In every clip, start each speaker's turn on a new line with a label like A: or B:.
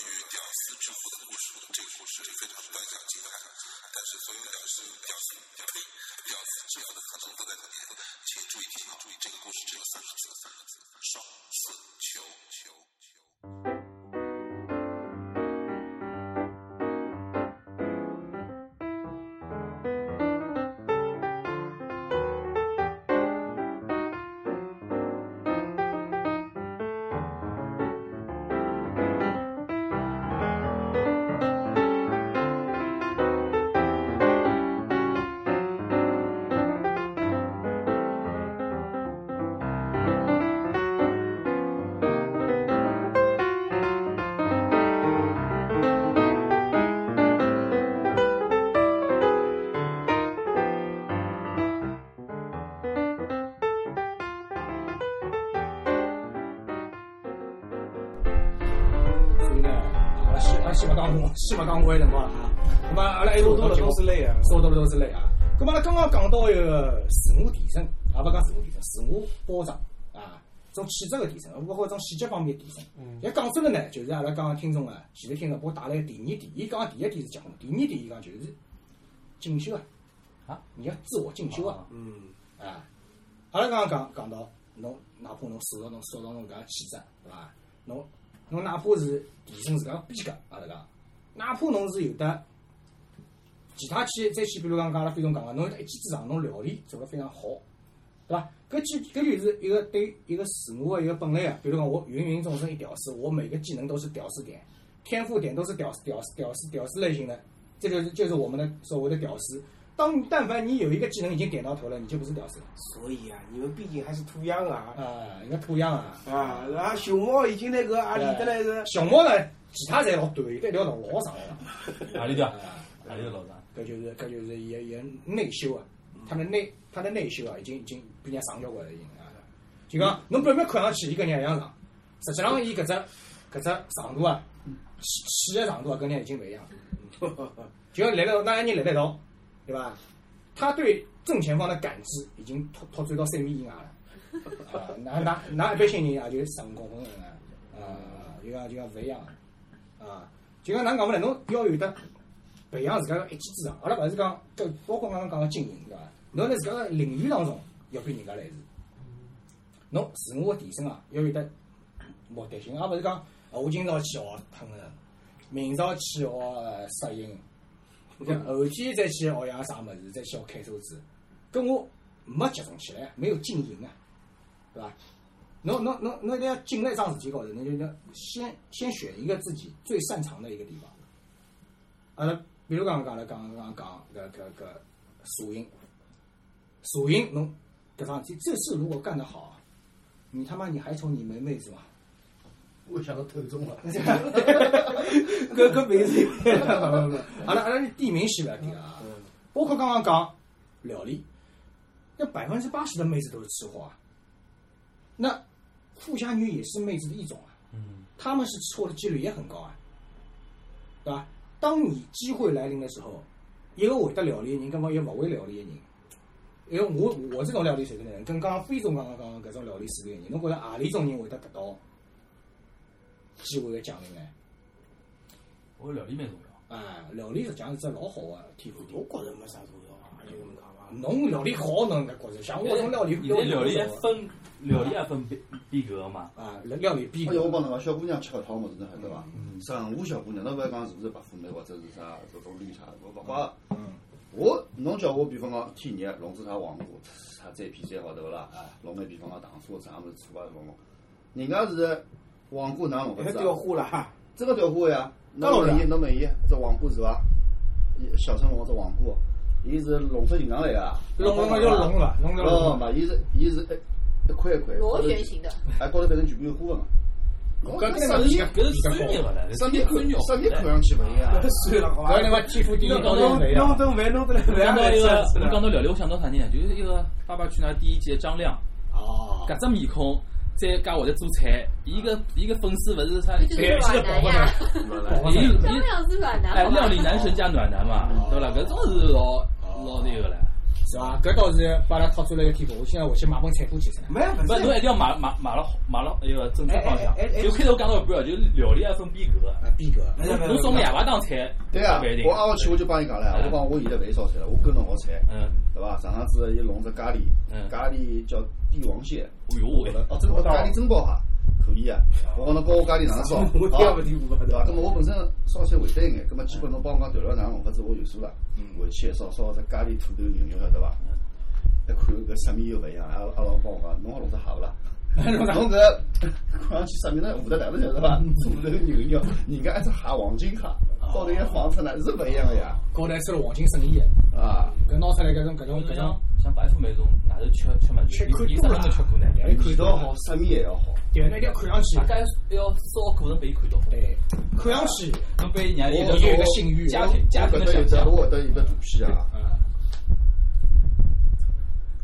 A: 四之狐的故事，这个故事非常短小精悍，但是作为表示表示表示表示重要的可能都在这里。请注意听，注意这个故事只有三个字，三个字：双四求求求。
B: 真的，啊是啊是勿讲我，是勿讲我也辰光了啊。那么阿拉一路到了
C: 说到都是泪啊
B: 说到了都是泪啊。那么阿拉刚刚讲到一个自我提升，也勿讲自我提升，自我包装啊，种气质个提升，包括种细节方面的提升。
C: 嗯
B: 像讲真个呢，就是阿拉刚刚听众啊，前头听众给我带来第二点，伊讲第一点是结婚，第二点伊讲就是进修啊，
C: 啊，
B: 你要自我进修啊。
C: 嗯，
B: 啊，阿拉刚刚讲讲到，侬哪怕侬塑造侬塑造侬搿个气质，对伐？侬侬哪怕是提升自家个逼格，阿拉讲，哪怕侬是有得其他去再去，比如讲讲阿拉飞总讲个，侬有得一技之长，侬料理做得非常好，对伐？搿技搿就是一个对一个自我个一个本类啊。比如讲我芸芸众生一屌丝，我每个技能都是屌丝点，天赋点都是屌丝屌丝屌丝屌丝类型的，这就是就是我们的所谓的屌丝。当但凡你有一个技能已经点到头了，你就不是屌丝了
C: 所以啊，你们毕竟还是土壤啊。
B: 啊，人家土样啊。
C: 啊，然后熊猫已经那个啊，里头那个
B: 小猫呢，其他侪老短，有一条龙老长的。
D: 哪里的？
B: 啊，
D: 哪里的老张？
B: 搿就是搿就是伊个伊个内修啊，他的内他的内修啊，已经已经比人家长交关了已经啊。就讲侬表面看上去伊跟人家一样长，实际上伊搿只搿只长度啊，气气个长度啊，跟人家已经勿一样了。就像来了，那一年来得到，对吧？他对正前方的感知已经拓拓展到三米以外了。啊，那那那一般性人也就十五公分的人啊，啊，就讲就讲勿一样啊，啊，就讲哪能讲法呢？侬要有得培养自家个一技之长，阿拉勿是讲搿包括刚刚讲个经营对伐？侬辣自家个领域当中要比人家来是，侬自我个提升啊，要有得目的性，而勿是讲啊我今朝去学烹饪，明朝去学呃摄影，像后天再去学样啥物事，再去学开车子，跟我没集中起来，没有经营啊，对伐？侬侬侬侬一定要进入一桩事体高头，侬就要先先选一个自己最擅长的一个地方。阿拉比如讲讲了讲讲讲搿搿搿属音，属音侬搿桩事体，这事如果干得好啊，你他妈你还愁你没妹子吗？
E: 我想到头中了，
B: 搿搿名字，勿勿勿，阿拉阿拉是地名系了点啊，包括刚刚讲料理，那百分之八十的妹子都是吃货啊，那富家女也是妹子的一种啊，
D: 嗯，
B: 她们是吃货的几率也很高啊，对吧？当你机会来临的时候，一个会得料理的人，跟我一个勿会料理的人。因为我我这种料理水平的人，跟刚刚飞总刚刚讲的搿种料理水平的人，侬觉着何里种人会得得到机会的降临呢？
D: 我料理蛮重要，
B: 啊，料理实际上是只老好啊个天赋点。
C: 我觉着没啥重要啊，就搿么讲伐。
B: 侬料理好，侬搿觉着像我种料理，
D: 现在料理
B: 不
D: 还
B: 好
D: 分料理还分逼逼格嘛？
B: 啊，料理比
E: 而且我帮侬讲，小姑娘吃搿套物事呢，对伐？上湖小姑娘，侬勿要讲是不是白富美或者是啥这种绿茶，我勿管。我侬叫我比方讲天热，弄只啥黄瓜，啥再皮再好对勿啦？弄眼比方讲糖醋啥物事醋啊弄弄，人家是黄瓜哪弄勿
C: 还
E: 是啊
C: 掉花了哈，
E: 这个调货呀，侬满意侬满意，这黄瓜是伐？小辰光这黄瓜，伊是弄出形状来个，
B: 弄弄了就弄了，弄了就
E: 哦
B: 弄了。
E: 嘛，伊是伊是一一块一块，
F: 螺旋形的，
E: 哎，高头变成全部有花个嘛。侬
B: 搿
E: 搿
B: 个
E: 啥
B: 是
E: 意
D: 搿是专业勿啦？
E: 啥你看，啥你看上去勿一样。
C: 算了好伐
B: 搿。你妈天赋地理高
C: 弄
B: 头没
C: 弄
B: 啊？
C: 顿饭弄得来
D: 我讲
C: 饭
D: 到
C: 还
D: 一个，
C: 吃
D: 我
C: 了
D: 讲到料理，我想到啥人？就是一个《爸爸去哪儿》第一季的张亮，
B: 哦，
D: 搿只面孔，再加会得做菜，伊个伊个粉丝勿是
C: 哎
D: 啥？
F: 这就是暖男呀。
D: 伊
F: 张
D: 伊
F: 亮是暖男，
D: 哎，
F: 好吧
C: 嗯
D: 料理男神加暖男嘛，对伐？搿种是老老那个了。
B: 是伐？搿倒是把拉掏出来一个天赋，我现在回去买本菜谱去噻。
C: 没不
D: 不，
C: 是
D: 侬一定要买买买了好买了那个正确方向
C: 哦哎哎哎哎。
D: 就开头讲到一半，就料理要分逼格。
B: 啊，逼格，
C: 没没没
D: 侬送个夜排档菜，
E: 对啊
D: 不一，定
E: 我。挨下去我就帮伊讲了，
D: 嗯
E: 我讲我现在勿烧菜了，我跟侬学菜，
D: 嗯，
E: 对伐？上趟子伊弄只咖喱
D: 嗯，
E: 咖喱叫帝王蟹，
D: 哎呦喂，
E: 哦，真咖喱真爆哈，可以啊！我讲侬教我咖喱哪能烧，
C: 我听也不
E: 啊
C: 听不懂
E: 对伐？那么我本身烧菜会得一眼，那么啊基本侬帮我讲调料哪能弄法子，嗯我有数了。回去烧烧只咖喱土豆牛肉，晓得伐？一看搿色味又勿一样，阿拉阿拉帮我讲，侬好弄只虾 勿啦？侬搿看上去色味呢，糊得哪能晓得伐？土豆牛肉，人家一只虾黄金虾，高头一放出来是勿一样个呀！
B: 高头吃了黄金圣衣，
E: 啊，
B: 搿拿出来搿种搿种搿
D: 像
B: 种，
D: 像白富美种，外头吃吃物
B: 吃
D: 事，
B: 看
D: 伊
B: 多了
D: 啥人没吃过呢？
B: 还
E: 味
B: 看
E: 道
B: 到，
E: 好，色味也要好。
B: 对，那一定要看上去
D: 大，家要烧过程被伊看到，
B: 对，看上去，
D: 侬被人家
E: 我
D: 有
B: 有一个信誉
D: 家庭家庭
E: 搿
D: 的
E: 搭
D: 想
E: 有只，
D: 象。
E: 我搿搭有只大片啊，
B: 嗯，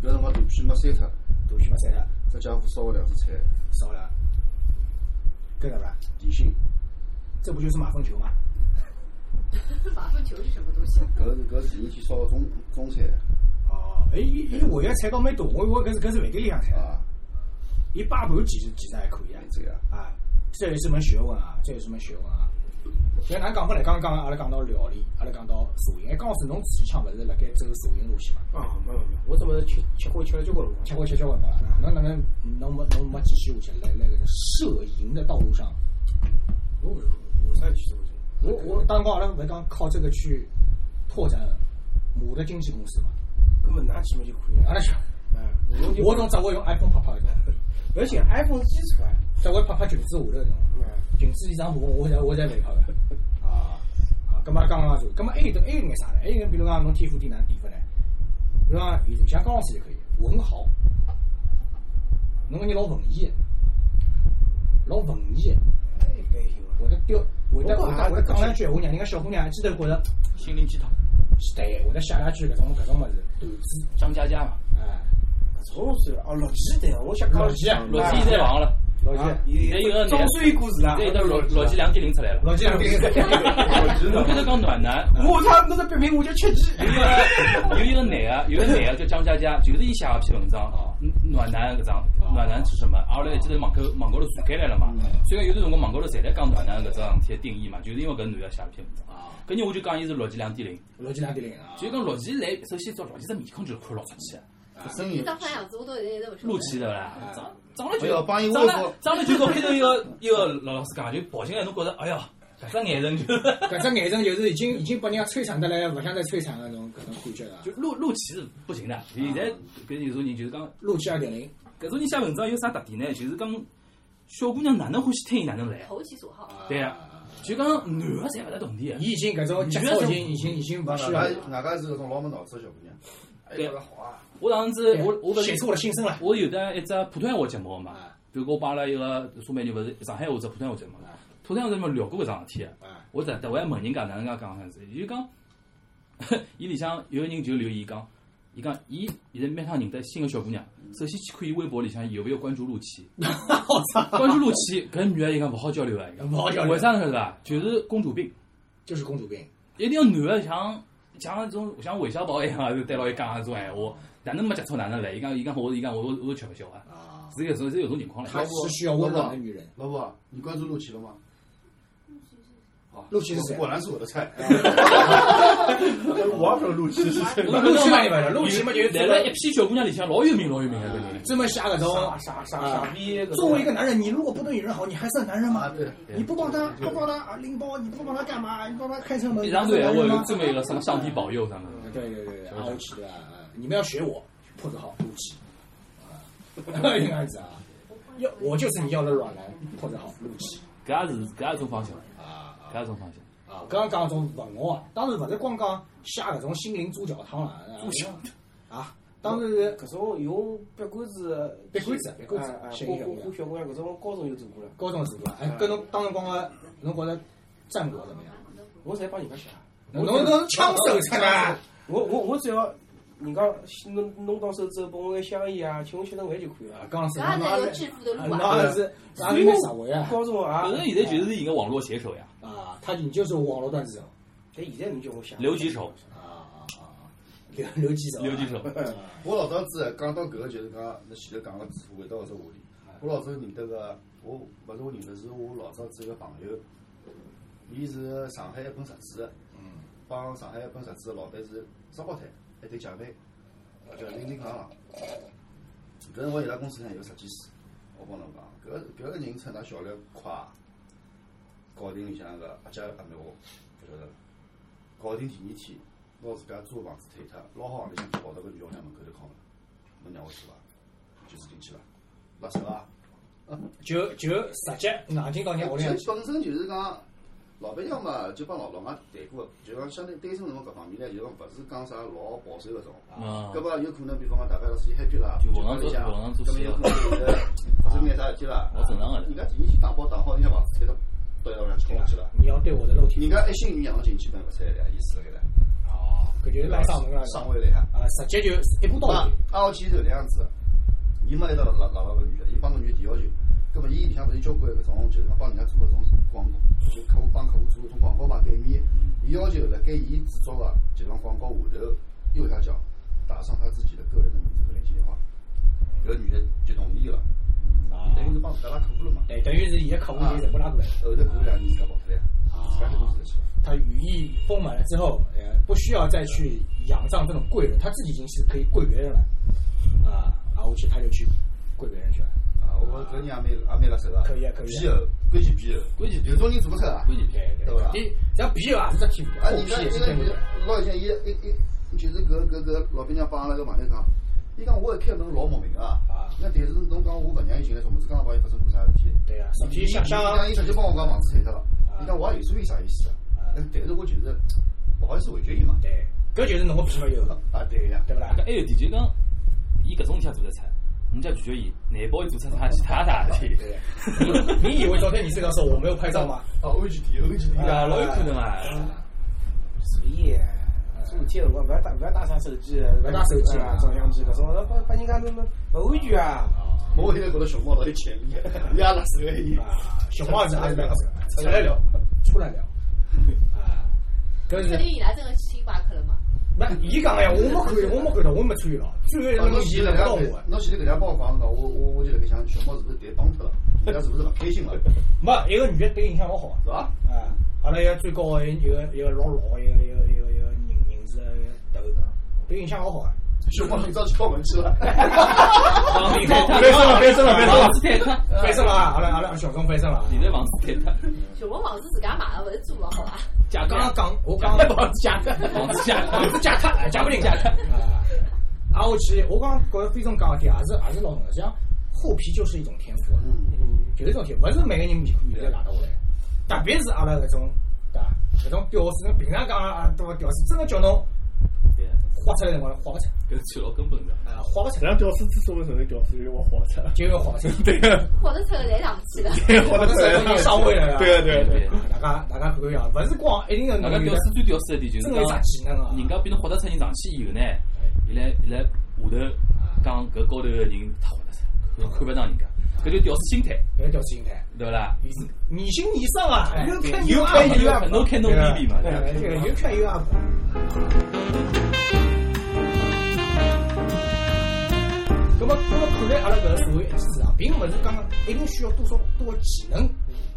E: 搿辰光大片没删脱，
B: 大西没删了，
E: 只家伙烧了两只菜，
B: 少了，搿个伐？
E: 点心，
B: 这不就是马粪球吗？
F: 马粪球是什么东西？
E: 搿是搿是第二天烧个中中菜
B: 哦，哎，伊伊下个菜高蛮多，我以为搿是搿是饭店里向菜，
E: 啊，
B: 伊摆盘其实其实还可以啊
E: 还。这样。
B: 啊，这也是门学问啊，这也是门学问啊。就咱讲回来，刚刚阿拉讲到料理，阿拉讲到茶饮，哎，刚好是侬自己腔勿是辣盖走茶饮路线嘛？
C: 啊，没没没，我怎么吃吃亏吃了交关辰光？
B: 吃过吃交关吧？侬哪能侬没侬没继续下去，来来搿个摄影的道路上？
C: 我我我啥去吃亏？
B: 我我当光阿拉勿是讲靠这个去拓展我的经纪公司嘛？
C: 根本拿起嘛就可以
B: 阿
C: 了。
B: 拉想，
C: 啊，我就
B: 我侬只会用 iPhone 拍拍的，
C: 不要紧，iPhone 基础啊。
B: 只会拍拍裙子下头的侬。
C: 嗯
B: 裙子以上部分我才我才没拍个。啊啊，咁么刚刚就，咁么还有得还有眼哎啥呢？还有眼比如讲侬天赋点哪能点法呢？比如讲现像刚老师就可以，文豪，侬搿人老文艺个，老文艺个，
C: 哎，搿也行啊。
B: 会得雕，会得会得会得讲两句闲话，让人家小姑娘一记头觉着
D: 心灵鸡汤，
B: 对，会得写两句搿种搿种物事段子，
D: 张嘉佳嘛，
B: 哎，
C: 从是哦，六级对，我想讲
B: 老季啊
D: 洛基现在亡了，
B: 老
C: 啊
B: 姐，，
D: 现在有个
C: 中
D: 男，
C: 岁故事啦
D: 现。在有个洛洛基两点零出来了。
B: 老姐两边
D: 侬开头讲暖男，
C: 我他那个别名我叫吃鸡。
D: 有一个男的，有一个男的叫张嘉佳，就是伊写个篇文章，
B: 哦
D: 暖男搿张，
E: 哦
D: 暖男是什么？阿拉一记头网高网高头传开来了嘛。
E: 嗯
D: 虽然有段辰光网高头侪在讲暖男搿桩事体的定义嘛，就是因为搿男的写了篇文章。搿人我就讲伊是洛基两点零，
B: 哦老姐两点零啊，
D: 就是讲洛基来，首先叫洛基这面孔就是看老出去的，
E: 生
F: 你
E: 意
F: 张胖样子，我都得这么说。
D: 露气对勿啦？长长了
E: 哎
D: 就
E: 呦，帮伊
D: 长
E: 微
D: 了
E: 博，
D: 长了就跟开头一个一个老老师讲，就跑进来侬觉着，哎呀，搿只眼神就 。
B: 搿只眼神就是已经已经把人家摧残得来，勿想再摧残的那种搿种感觉了
D: 就露露气是不行的。现在搿有种人就是讲。
B: 录起二点零
D: 搿种人写文章有啥特点呢？就是讲小姑娘哪能欢喜听伊哪能来，
F: 投其所好，
D: 对啊，就讲男的侪勿大同意的。
B: 伊已经搿种节奏已经已经已经
E: 外
B: 不需要了。
E: 加外加是搿种老没脑子的小姑娘，哎
D: 对
E: 呀，好啊，
D: 我上次我我勿是
B: 写出我的心声了。
D: 我有的一只普通话节目嘛
B: 啊，
D: 比如讲我帮阿拉一个苏美女，勿是上海话只普通话节目嘛
B: 啊，
D: 普通话节目聊过搿桩事体的
B: 啊，
D: 我特特我还问人家哪能介讲啥子，伊就讲， 伊里向有个人就留言讲。伊讲，伊现在每趟认得新个小姑娘，首先去看伊微博里向有没有关注陆琪，
B: 嗯 我操，
D: 关注陆琪，搿女个伊讲勿好交流啊，伊讲
B: 勿好交流
D: 为啥呢？晓得伐？就是公主病。
B: 就是公主病。
D: 一定要男的像像那种像韦小宝一样，就对牢伊讲那种闲话，哪能没接触哪能来？伊讲伊讲我伊讲我我都吃勿消啊，
B: 啊，
D: 是有种是有种情况嘞。
B: 她是需要温暖的女人。
E: 老婆，你关注陆琪了吗？啊
B: 陆琪是谁
E: 果然是我的菜。 我也不知道陆琪是 谁。
B: 陆琪嘛，对陆琪嘛就是
D: 来了一批小姑娘里向老有名老有名的搿人，
B: 专门下搿
C: 傻
B: 种。
C: 傻傻
B: 啊
C: 傻
D: 啊
C: 逼！
B: 作为一个男人，你如果不对女人好，你还算男人
E: 啊，
B: 吗？
E: 对，
B: 你不帮他，不帮他啊拎包，你不帮他干嘛？你帮他开车门，
D: 一
B: 你
D: 上
B: 还
D: 头
B: 算
D: 闲
B: 男
D: 话
B: 人
D: 有
B: 吗？
D: 这么一个什么上帝保佑啥么
B: 对对对对，阿欧奇啊，你们要学我，破得好，陆 琪啊，应该是啊，要我就是你要的软男，破得好，陆琪
D: 搿也是搿也是种方向，
B: 啊。
D: 搿也是种方向。
B: 啊，刚刚讲种文学啊，当然勿是光讲写搿种心灵猪脚汤啦，猪脚啊，当然是
C: 搿种有别管子，
B: 别管子别管子
C: 啊啊
B: 小
C: 我
B: 姑娘
C: 我我小姑娘搿种高中就做过了，
B: 高中时段，哎，跟侬当辰光个侬觉着战国怎么样？
C: 我侪帮人家写。
B: 侬侬枪手出来，
C: 我我我只要人家弄弄到手之后，拨我眼香烟啊，请我吃顿饭就可以了。
B: 刚是
F: 这样
B: 侬
F: 才
B: 哪
F: 有
B: 里
F: 致富的路啊！
B: 哪里是哪里没啥为啊？
C: 高中啊
D: 反，正现在就是一个网络写手呀，
B: 啊，他你就是网络段子手
C: 但现在侬叫我写，
D: 留几手
B: 啊啊啊！留留几手啊，
D: 留几手
E: 我老早子讲到搿个就是讲，那前头讲个词回到搿只话题。我老早认得个，我勿是我认得，是我老早子一个朋友，伊是上海一本杂志的，帮上海一本杂志的老板是双胞胎，还对姐妹，叫林金刚。搿辰光伊拉公司里向有设计师，我帮侬讲，搿搿个人出㑚效率快，搞定里向个阿姐阿妹我勿晓得，搞定第二天，拿自家租个房子退脱，老好行里向跑到搿女学堂门口头敲门，侬让我去伐？就是进去伐？垃圾伐？
B: 就就直接硬劲讲人屋里向去，
E: 就本身就是讲，老板娘嘛，就帮老老外谈过，就讲相对单身辰光搿方面呢，就讲勿是讲啥老保守搿种。
D: 嗯
E: 搿么有可能，比方讲大家要是 happy 啦，
D: 就
E: 就
D: 往上
E: 里
D: 做
E: 向，
D: 往上做
E: 搿么啊有可能就是发生眼啥事体啦。
D: 老正常个
E: 人家第二天打包打好，人家房子开到到一道上去
B: 对
E: 空
B: 吧
E: 去了。？
B: 你要对我的肉体，
E: 人家一心一意让侬进去，搿勿睬了，意思搿个。
B: 哦，搿就是浪上门了，
E: 上位了呀。
B: 啊，直接就一步到
E: 啊
B: 位，，
E: 阿奇是搿样子的，伊没一道拉拉到搿女的，伊帮搿女的提要求，葛末伊里向勿是交关搿种，就是讲帮人家做搿种广告，就客户帮客户做搿种广告嘛，对面，
B: 嗯
E: 伊要求辣盖伊制作个就讲广告下头右下角打上他自己的个人的名字和联系电话，搿女的就同意了，伊等于是帮自家拉客户了嘛，
B: 啊对，等于是伊个客户就全部拉过来，
E: 后头过两年自家跑脱了呀，
B: 啊
E: 自家开公司去了，
B: 他羽翼丰满了之后，呃，不需要再去仰仗这种贵人，他自己已经是可以贵别人了，啊，啊，我去他就去贵别人去了，
E: 啊，我搿人也蛮也蛮拉手个，
B: 可以啊可以啊
E: 皮厚，关键皮厚，
D: 关键皮
E: 有种人做勿出啊。
D: 关键
B: 对对
E: 对吧
B: 对，只要皮啊，是只屁股，
E: 啊，
B: 后
E: 你
B: 皮
E: 看，
B: 也
E: 因
B: 是
E: 为
B: 跟
E: 你
B: 着。
E: 老以前，伊伊伊就是搿搿搿老板娘帮阿拉个朋友讲，伊讲我一开门老莫名啊
B: 啊，
E: 那但是侬讲我勿让伊进来，从么子刚刚帮伊发生过啥事体？
B: 对啊，实际想想啊
E: 伊讲伊直接帮我讲房子退脱了，伊讲我也有说伊啥意思啊，但但是我就是不好意思回绝伊嘛。
B: 对，搿就是侬个皮没有，
E: 啊，对呀，
B: 对勿啦
D: 搿？还有点就讲，伊搿种事体也做得出，人家拒绝伊，难保伊做出啥其他啥事体？
B: 你你以为昨天你睡觉的时候我没有拍照吗？
E: 啊，O G D O G D
D: 对啊，老有可能啊。
C: 所以做事体辰光勿要带勿要带啥手机，勿
B: 要带手机
C: 啊，照相机搿种，把把人家弄弄勿安全啊。
E: 我现在觉得熊猫老有潜力，伊也辣手个伊。
B: 啊，小花子还是蛮好出来聊，出来聊。啊，搿
F: 肯
B: 是
F: 定伊拉真的去星巴克了嘛？
B: 那伊讲个呀，我没看，我没看到，我没参与到，参与
E: 啊
B: 了
E: 侬
B: 伊
E: 现在
B: 轮
E: 搿
B: 不到
E: 样
B: 我
E: 子，侬现在搿样帮我讲讲，我我我就辣盖想，熊猫是不是被帮脱了？人家是不是勿开心了？是
B: 没，一个女的对印象老好啊。
E: 伐？
B: 啊，阿拉一个最高的一个一个老老的一个一个一个一个人人事头，对印象老好啊。
E: 熊猫今朝去敲门去了。
D: 别生
B: 别生了别生了别生了
D: 房子退脱，
B: 翻身了啊！阿拉阿拉小刚翻身了啊。
D: 现在房子退脱，
F: 熊猫房子自家买的，勿是租的，好伐？
D: 价
B: 啊刚
D: 格
B: 刚讲，我
D: 啊讲
B: 讲
D: 房子价格，房子价
B: 房
D: 格
B: 子，价格，价不定价格。啊，啊，我去，我刚觉着飞总讲个点也是也是老重要，实际上厚皮就是一种天赋啊，
E: 嗯。
B: 就是一种天赋，勿是每个人面面侪拉得下来，特别是阿拉搿种，对伐？搿种屌丝，侬平常讲啊，对伐？屌丝真个叫侬
D: 对，
B: 画出来辰光画勿出，
D: 搿最老根本的。
B: 啊，画勿出，
G: 然后屌丝之所以成为屌丝，因为我火
D: 啊
G: 车。
B: 就要画勿 出，
G: 对个，
F: 跑得出个来上去了，
G: 火车
B: 已经上位了呀。
G: 对个对
D: 对
G: 对，，
B: 大家大家看看呀，勿是光一定要
D: 那
B: 侬
D: 个
B: 有
D: 屌
B: 的
D: 丝最屌丝一点就是
B: 真个有啥
D: 讲。
B: 技能啊？
D: 人家比侬豁得出人上去以后呢，伊来伊来下头
B: 啊
D: 讲搿高头个人太豁得出，看看勿上人家，�့就屌丝心态，
B: 有屌丝心态，
D: 对勿啦？
B: 你行你上啊，有看
D: 哎有
B: 啊，
D: 看有 up，no can no maybe 嘛，
B: 对
D: 对
B: 吧
D: 吧？
B: 这个有看有 up。咁么，咁么看来阿拉搿个所谓一技之长，并勿是讲一定需要多少多个技能、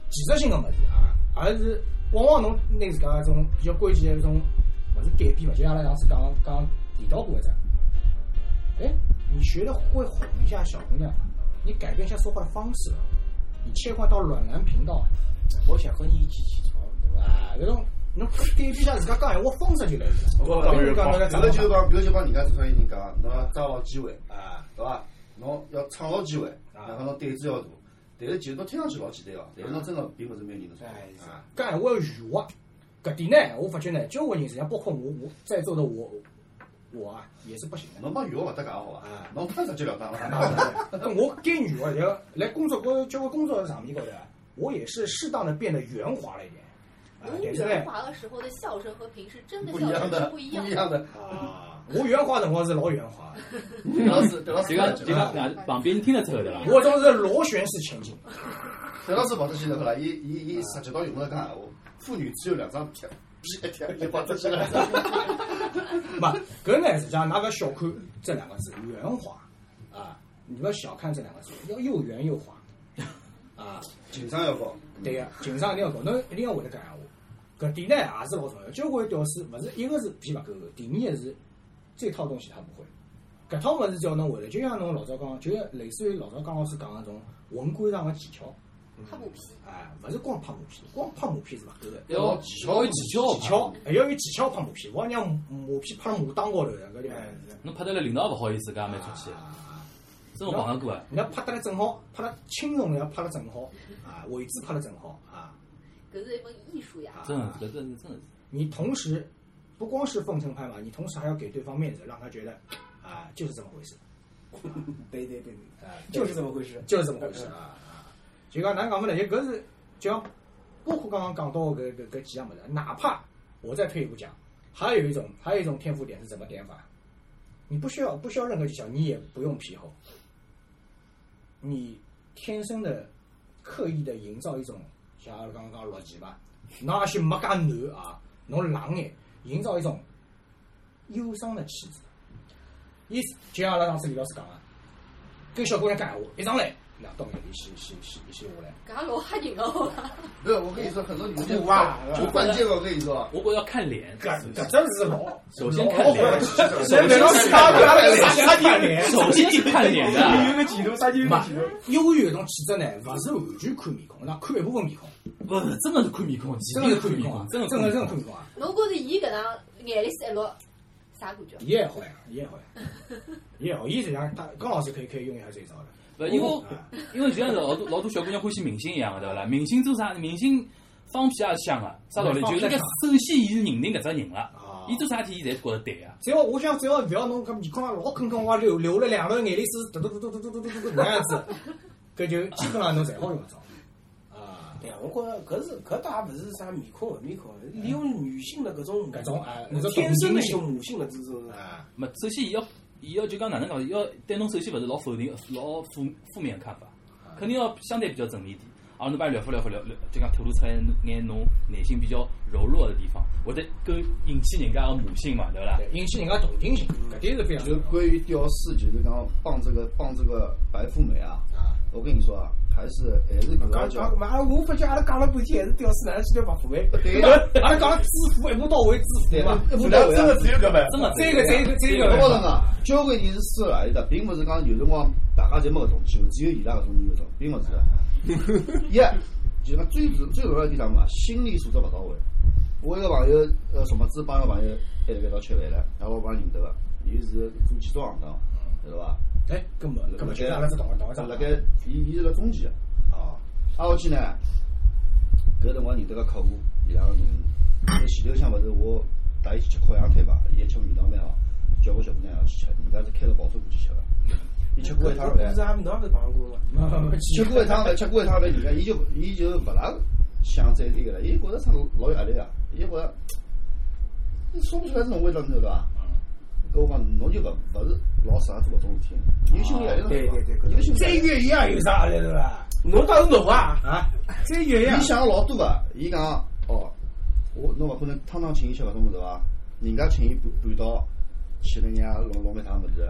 B: 技术性个物事啊，而是往往侬拿自家搿种比较关键的一种物事改变嘛，就像阿拉上次讲讲提到过一只，哎，你学了会哄一下小姑娘，你改变一下说话方式，你切换到软男频道，
C: 我想和你一起起床，对伐？
B: 啊，搿种侬改变一下自家讲闲话方式就来了。
G: 我当然
B: 讲
G: 好
B: 侬
E: 搿个就是讲，搿就帮人家做生意人讲，侬要抓牢机会，
B: 啊，
E: 对伐？侬要创造机会，
B: 啊
E: 然后侬胆子要大。但是其实侬听上去老简单哦，但是侬真个并勿是每个人能做到
C: 哎是
E: 啊。
B: 讲闲话要圆滑。搿点呢，我发觉呢，交关人实际上包括我，我在座的我，我啊也是不行的。
E: 侬帮语言勿搭界好伐
B: 啊？
E: 侬太直截了当了。
B: 那我该圆滑，要来工作高头，交关工作场面高头啊，我也是适当的变得圆滑了一点。啊
F: 侬，
B: 但是呢
F: 哦圆，滑的时候的笑声和平时真的
E: 不一
F: 笑
E: 样
F: 声是
E: 的，
F: 不
E: 不
F: 一
E: 一
F: 样的。
E: 样的。
B: 啊，我圆滑辰光是老圆滑，
E: 对老师，对老 师，
D: 就讲就讲，
E: 对
D: 那旁边人听得出来对伐？
B: 我总是螺旋式前进。
E: 老师跑出去了，后来伊伊伊直接到用了讲闲话，妇女只有两张票，一天就跑出去了。
B: 嘛，搿呢实际上，㑚勿要小看这两个字“圆滑”啊，你不要小看这两个字，要又圆又滑啊。
E: 情商要高，
B: 对个、情商一定要高，侬一定要会得讲闲话。啊搿点呢也是老重要。交关屌丝勿是一个是皮勿够个，第二个是这套东西他不会。搿套物事只要侬会了，就像侬老早讲，就像类似于老早江老师讲个种文官上个技巧，
F: 拍马屁，
B: 啊，勿是光拍马屁，光拍马屁是勿够个。
D: 要要有技巧，
B: 技巧还要有技巧拍马屁，勿要让马屁拍马裆高头的，搿地方。
D: 侬拍得来领导勿好意思，搿也蛮出气的，真我碰上过啊。
B: 人家拍得来正好，拍得轻松了，拍得正好啊，位置拍得正好啊。
F: 搿是一门艺术呀。
D: 真的，搿真是真的是，
B: 你同时不光是奉承拍马，你同时还要给对方面子，让他觉得啊、就是这么回事
C: 对对对，
B: 啊、
C: 就是这么回事。
B: 就是这么回事啊。啊就讲咱讲不来，就搿是就像包括刚刚讲到的搿搿搿几样物事，啊哪怕我再退一步讲，还有一种还有一种天赋点是怎么点法？你不需要不需要任何技巧，你也不用皮厚，你天生的刻意的营造一种像阿拉刚刚讲逻辑吧，那也许没介难啊，侬冷眼营造一种忧伤的气质。伊就像阿拉上次李老师讲的，跟小姑娘讲闲话，一上来，那到眼里洗洗洗洗下来。
F: 搿也老吓人哦。
E: 没有，我跟你说，很多女生
C: 苦啊
E: 就关键我跟你说，啊
D: 我觉着要看脸。
B: 搿搿真是老，
D: 首先看脸，
B: 这难道是他对阿拉个啥看脸？
D: 首先是看脸的。
C: 啊
G: 有个前头，啥就有个
B: 嘛
G: 前头。，
B: 忧郁搿种气质呢，勿是完全看面孔，那看一部分面孔，
D: 不是，真的是看面孔，真
B: 真
D: 的
B: 个
D: 是
B: 是看
D: 看
B: 面
D: 面
B: 孔
D: 孔
B: 啊，，
D: 真的
B: 真个
D: 是
B: 真个看面孔啊。
F: 侬觉着伊搿能眼泪水一落，啥感觉？
B: 伊也好呀，伊也好呀，伊也好，伊实际上他高老师可以可以用一下这一招的。
D: 不，因为因为就像老多老多小姑娘欢喜明星一样的，对伐啦？明星做啥？明星放屁也香啊，啥道理？就是搿首先伊是认定搿只人了，
B: 啊
D: 伊做啥事体伊侪觉着对啊。
B: 只要我想，只要不要侬搿面孔上老坑坑，哇流流了两轮眼泪水，嘟嘟嘟嘟嘟嘟嘟嘟嘟那样子，搿就基本上侬侪好用得着。啊，
C: 对啊，我觉着搿是搿倒也勿是啥面孔勿面孔，利用女性的搿种
B: 搿种啊，
C: 搿
B: 侬
C: 种
B: 说
C: 天生的
B: 的
C: 一种母性的这种
B: 啊，
D: 没，首先伊要伊要就讲哪能讲，伊要对侬首先勿是老否定、老负负面的看法，
E: 啊
D: 肯定要相对比较正面一点。啊，侬把伊聊发聊发聊，聊就讲透露出来眼侬内心比较柔弱的地方，或者够引起人家的母性嘛，对伐啦？
B: 对，引起人家同情心，搿点是非常
E: 就
B: 重要的
E: 关于屌丝，就是讲帮这个帮这个白富美啊，
B: 啊。
E: 我跟你说啊，还是还是搿个
C: 讲
E: 叫
C: 讲，嘛，啊我发觉阿拉讲了半天还是屌丝，哪能去掉白哎富美？
E: 对个，
B: 阿拉讲致富一步到位致富嘛，
E: 对
G: 真的只有搿版。
D: 真的
B: 这个这个这
E: 我告诉
B: 个
E: 侬啊，交关人是思维来的，并不是讲有辰光大家侪没搿种机会，只有伊拉搿种人有种，并不是的。 一就是讲最主最重要的一点嘛，心理素质勿到位。我一个朋友，呃，什么子帮一个朋友一辣盖一道吃饭了，然后我帮认得个，伊是做建筑行当，
B: 嗯
E: 晓得伐？
B: 哎，根本根本就是阿拉是同同一张
E: 辣盖伊伊是辣中间个，啊
B: 哦，
E: 挨下去呢，搿辰光认得个客户，伊拉个女人，搿前头向勿是我带伊去吃烤羊腿伐，伊还吃味道蛮好，哦叫我小姑娘也去吃，人家是开了跑车过去吃个，伊吃过一趟
C: 勿
E: 饭
C: 是，啊，侬也勿是碰过嘛？
E: 吃过一趟饭，吃过一趟饭，人家伊就伊就勿大想再那个了，伊觉着啥老有压力个，伊觉着，你说不出来这种味道，侬晓得伐？跟我讲，侬就勿勿是老适合做搿种事体，有心理压力的
C: 对对对
E: 有啊心理压
B: 再
E: 力。
B: 越野也有啥压力对伐？
C: 侬倒是侬啊！
B: 啊，再越野
E: 伊想了老多个，伊讲哦，我侬勿可能趟趟请伊吃搿种物事伐？人家请伊半半道去人家弄弄一趟物事，